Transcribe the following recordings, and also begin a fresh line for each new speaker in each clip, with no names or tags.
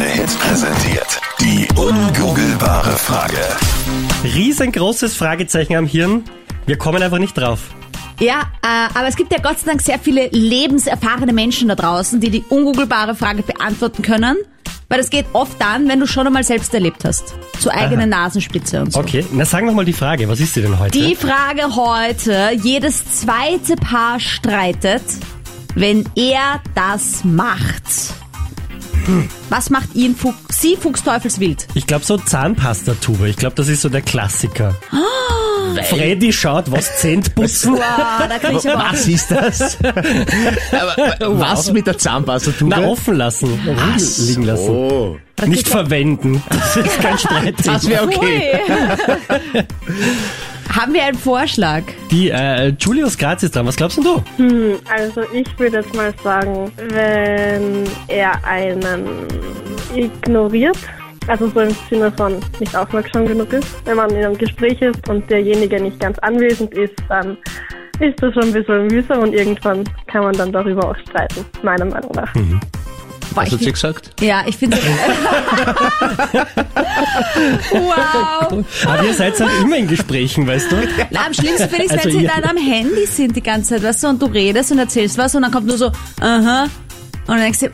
Hits präsentiert. Die ungoogelbare Frage.
Riesengroßes Fragezeichen am Hirn. Wir kommen einfach nicht drauf.
Ja, äh, aber es gibt ja Gott sei Dank sehr viele lebenserfahrene Menschen da draußen, die die ungoogelbare Frage beantworten können. Weil das geht oft dann, wenn du schon einmal selbst erlebt hast. Zur eigenen Nasenspitze und so.
Okay, na sag nochmal die Frage. Was ist sie denn heute?
Die Frage heute, jedes zweite Paar streitet, wenn er das macht. Was macht ihn Fuch sie Fuchsteufelswild?
Ich glaube so Zahnpastatube. Ich glaube, das ist so der Klassiker. Freddy schaut, was Zentputzen.
Wow, da krieg ich aber
Was ist das? Aber, Was mit der Zahnpastatube?
Na, offen lassen. Ach, liegen lassen.
Oh,
Nicht verwenden. Das ist kein Streitthema.
das wäre okay.
Ui. Haben wir einen Vorschlag?
Die äh, Julius Graz ist dran. Was glaubst denn du?
Hm, also ich würde jetzt mal sagen, wenn er einen ignoriert, also so im Sinne von nicht aufmerksam genug ist, wenn man in einem Gespräch ist und derjenige nicht ganz anwesend ist, dann ist das schon ein bisschen mühsam und irgendwann kann man dann darüber auch streiten, meiner Meinung nach.
Boah,
Was
ich
hat sie
find-
gesagt?
ja, ich finde. wow.
Aber ihr seid halt immer in Gesprächen, weißt du?
Na, am schlimmsten finde ich es,
Also
wenn sie
ihr-
dann am Handy sind die ganze Zeit, weißt du, und du redest und erzählst was und dann kommt nur so, aha. Und dann denkst du,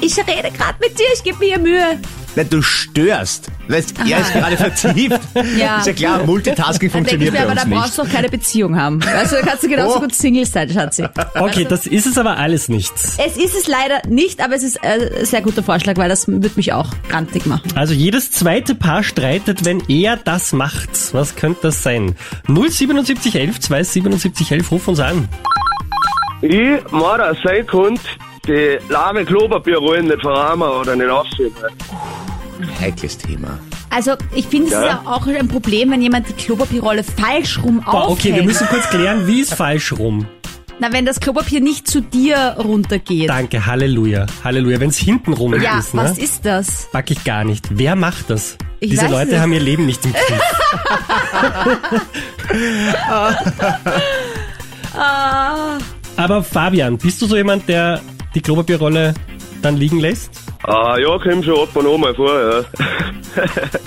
ich rede gerade mit dir, ich gebe mir Mühe.
Nein, du störst. Weißt, er ist gerade vertieft.
Ja.
Ist ja klar, Multitasking
Dann denke ich
funktioniert
mir, aber
bei
da
uns nicht.
brauchst du doch keine Beziehung haben. Weißt du, da kannst du genauso
Oh.
gut Single sein, Schatzi.
Okay, das ist es aber alles nichts.
Es ist es leider nicht, aber es ist äh, ein sehr guter Vorschlag, weil das wird mich auch grantig machen.
Also jedes zweite Paar streitet, wenn er das macht. Was könnte das sein? 07711 27711, ruf uns an.
Ich, Mara, sei Hund, die lahme Klopapierrollen nicht verarmen oder nicht aufschieben.
Heikles Thema.
Also ich finde, es ist ja auch ein Problem, wenn jemand die Klopapierrolle falsch rum
Boah,
aufhält.
okay, wir müssen kurz klären, wie ist falsch rum?
Na, wenn das Klopapier nicht zu dir runtergeht.
Danke, Halleluja. Halleluja, wenn es hinten rum
ja,
ist,
was
ne?
ist das?
Pack ich gar nicht. Wer macht das?
Ich
Diese
weiß
Leute
nicht.
haben ihr Leben nicht im Griff.
Ah.
Aber Fabian, bist du so jemand, der die Klopapierrolle dann liegen lässt?
Ah, ja, kommt schon ab und an mal vor, ja.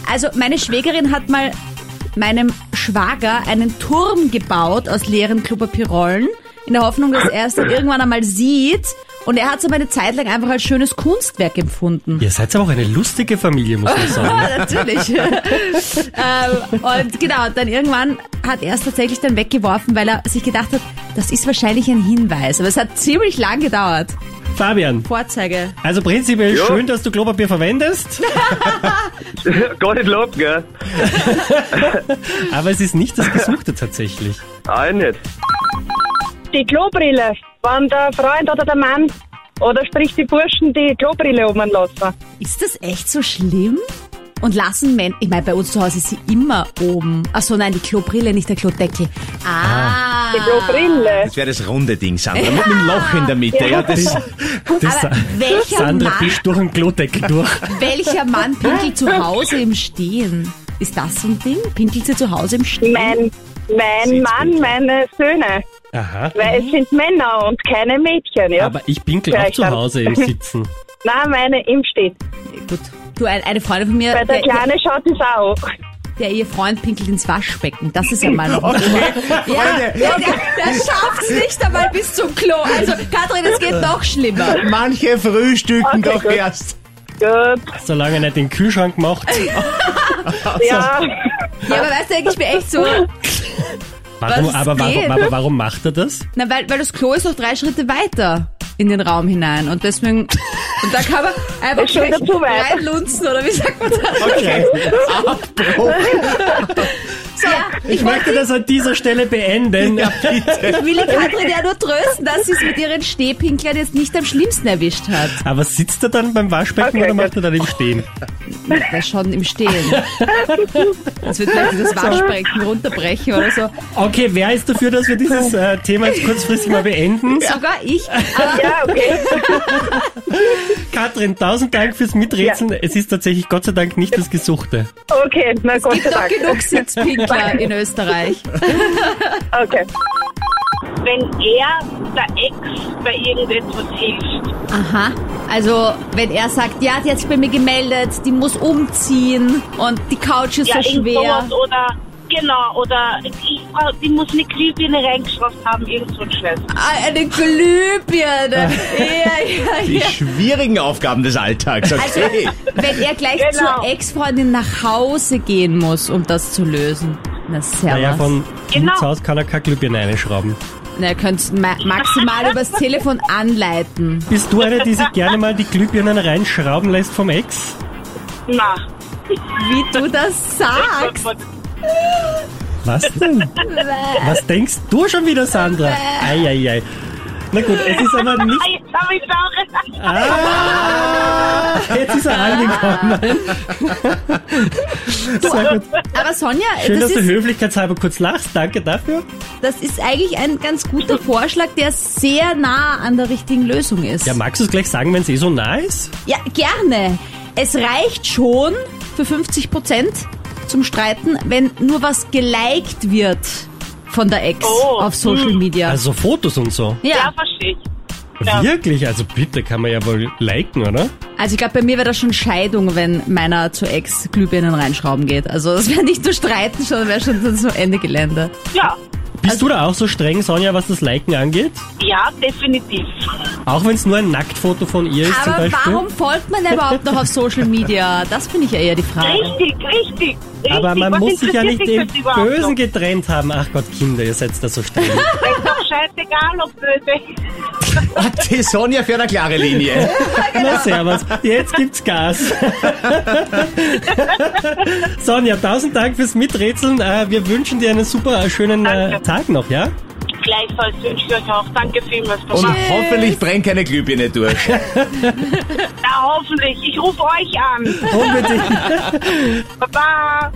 Also meine Schwägerin hat mal meinem Schwager einen Turm gebaut aus leeren Klopapierrollen, in der Hoffnung, dass er es dann irgendwann einmal sieht. Und er hat es aber eine Zeit lang einfach als schönes Kunstwerk empfunden.
Ihr seid aber auch eine lustige Familie, muss man sagen.
Ja, natürlich. ähm, und genau, dann irgendwann hat er es tatsächlich dann weggeworfen, weil er sich gedacht hat, das ist wahrscheinlich ein Hinweis. Aber es hat ziemlich lang gedauert.
Fabian,
Vorzeige.
also prinzipiell
Ja.
schön, dass du Klopapier verwendest,
Gar nicht lob, gell?
aber es ist nicht das Gesuchte tatsächlich.
Auch nicht.
die Klobrille, wenn der Freund oder der Mann oder sprich die Burschen die Klobrille oben
Ah.
lassen.
Ist das echt so schlimm? Und lassen Männer, ich meine, bei uns zu Hause ist sie immer oben. Ach so, nein, die Klobrille, nicht der Klodeckel. Ah.
Die Klobrille.
Das wäre das runde Ding, Sandra. Mit einem Loch in der Mitte. Ja, das,
Das
Aber welcher
Sandra
Mann-
bist durch den Klodeckel durch.
Welcher Mann pinkelt zu Hause im Stehen? Ist das so ein Ding? Pinkelt sie zu Hause im Stehen?
Mein, mein Mann, meine Söhne.
Aha.
Weil es sind Männer und keine Mädchen, ja.
Mhm. Aber ich pinkel auch
Vielleicht
zu
dann.
Hause im Sitzen.
Nein, meine im Stehen.
Gut. Du, ein- eine Freundin von mir,
Weil der
der, der,
Kleine schaut es auch.
ihr Freund pinkelt ins Waschbecken. Das ist ja mal... ja, der,
Freunde.
der, der schafft es nicht einmal bis zum Klo. Also, Katrin, es geht noch schlimmer.
manche frühstücken
Okay,
doch
gut.
erst.
Gut,
Solange er nicht den Kühlschrank macht.
ja.
Ja, aber weißt du, denke ich mir echt so...
Warum,
Was
aber,
geht?
warum, aber warum macht er das?
Na, weil, weil das Klo ist noch drei Schritte weiter in den Raum hinein und deswegen. Und da kann man einfach
Schon
schlecht
dazu weiter.
reinlunzen oder wie sagt man das?
Okay.
So, ja, ich,
Ich
wollte-
möchte das an dieser Stelle beenden.
ich will die Katrin ja nur trösten, dass sie es mit ihren Stehpinklern jetzt nicht am schlimmsten erwischt hat.
Aber sitzt er dann beim Waschbecken
Okay,
oder macht er dann im Stehen?
Weil schon im Stehen. Jetzt wird vielleicht das Waschbecken runterbrechen oder so.
Okay, wer ist dafür, dass wir dieses äh, Thema jetzt kurzfristig mal beenden?
Sogar ich. Aber
Ja, okay.
Katrin, tausend Dank fürs Miträtseln. Es ist tatsächlich Gott sei Dank nicht das Gesuchte.
Okay, na Gott sei
gibt doch
Dank.
genug Sitzpinkler in Österreich.
Okay.
wenn er der Ex bei irgendetwas hilft.
Aha. Also, wenn er sagt, ja, die hat sich bei mir gemeldet, die muss umziehen und die Couch ist so
irgend
schwer.
sowas oder genau, oder die, Frau- die muss eine Glühbirne reingeschlossen haben, irgend so ein Scheiß.
Ah, Eine Glühbirne.
Ah.
ja, ja,
Die
ja.
schwierigen Aufgaben des Alltags,
Also,
okay.
wenn er gleich
Genau.
zur Ex-Freundin nach Hause gehen muss, um das zu lösen. Na,
Naja, von
servus.
Genau.
Nils Haus kann er keine Glühbirne einschrauben.
Na, ihr könnt ma maximal übers Telefon anleiten.
Bist du eine, die sich gerne mal die Glühbirnen reinschrauben lässt vom Ex?
Na,
Wie du das
Ah,
sagst.
Was denn? Was denkst du schon wieder, Sandra? Eieiei. Ei, ei. Na gut, es ist aber
Ah,
nicht...
jetzt habe ich auch.
Ah, jetzt ist er angekommen. Sehr gut.
Aber Sonja,
Schön,
das,
dass du
ist,
höflichkeitshalber kurz lachst. Danke dafür.
das ist eigentlich ein ganz guter Vorschlag, der sehr nah an der richtigen Lösung ist.
Ja, magst du es gleich sagen, wenn es eh so nah ist?
Ja, gerne. Es reicht schon für 50 Prozent zum Streiten, wenn nur was geliked wird von der Ex
Oh,
auf Social Media.
Also Fotos und so.
Ja,
ja,
verstehe ich. Ja.
Wirklich? Also bitte, kann man ja wohl liken, oder?
also ich glaube, bei mir wäre das schon Scheidung, wenn meiner zur Ex Glühbirnen reinschrauben geht. Also das wäre nicht nur Streiten, sondern wäre schon so Ende Gelände.
Ja,
Bist du da auch so streng, Sonja, was das Liken angeht?
ja, definitiv.
Auch wenn es nur ein Nacktfoto von ihr ist zum
Aber
Beispiel?
warum folgt man denn überhaupt noch auf Social Media? Das finde ich ja eher die Frage.
Richtig, richtig, richtig.
Aber man
Was
muss sich ja
interessiert
nicht
dich
im
das überhaupt
Bösen
noch?
getrennt haben. Ach Gott, Kinder, ihr seid da so streng.
Ist doch scheißegal, ob böse.
Hat die Sonja für eine klare Linie.
Na servus, jetzt gibt's Gas. Sonja, tausend Dank fürs Miträtseln. Äh, Wir wünschen dir einen super schönen äh,
Danke.
Tag noch, ja?
Gleichfalls wünsche ich euch auch. Danke vielmals.
Und
Mama.
hoffentlich brennt keine Glühbirne durch.
Ja, hoffentlich. Ich rufe euch an.
Unbedingt.
Baba.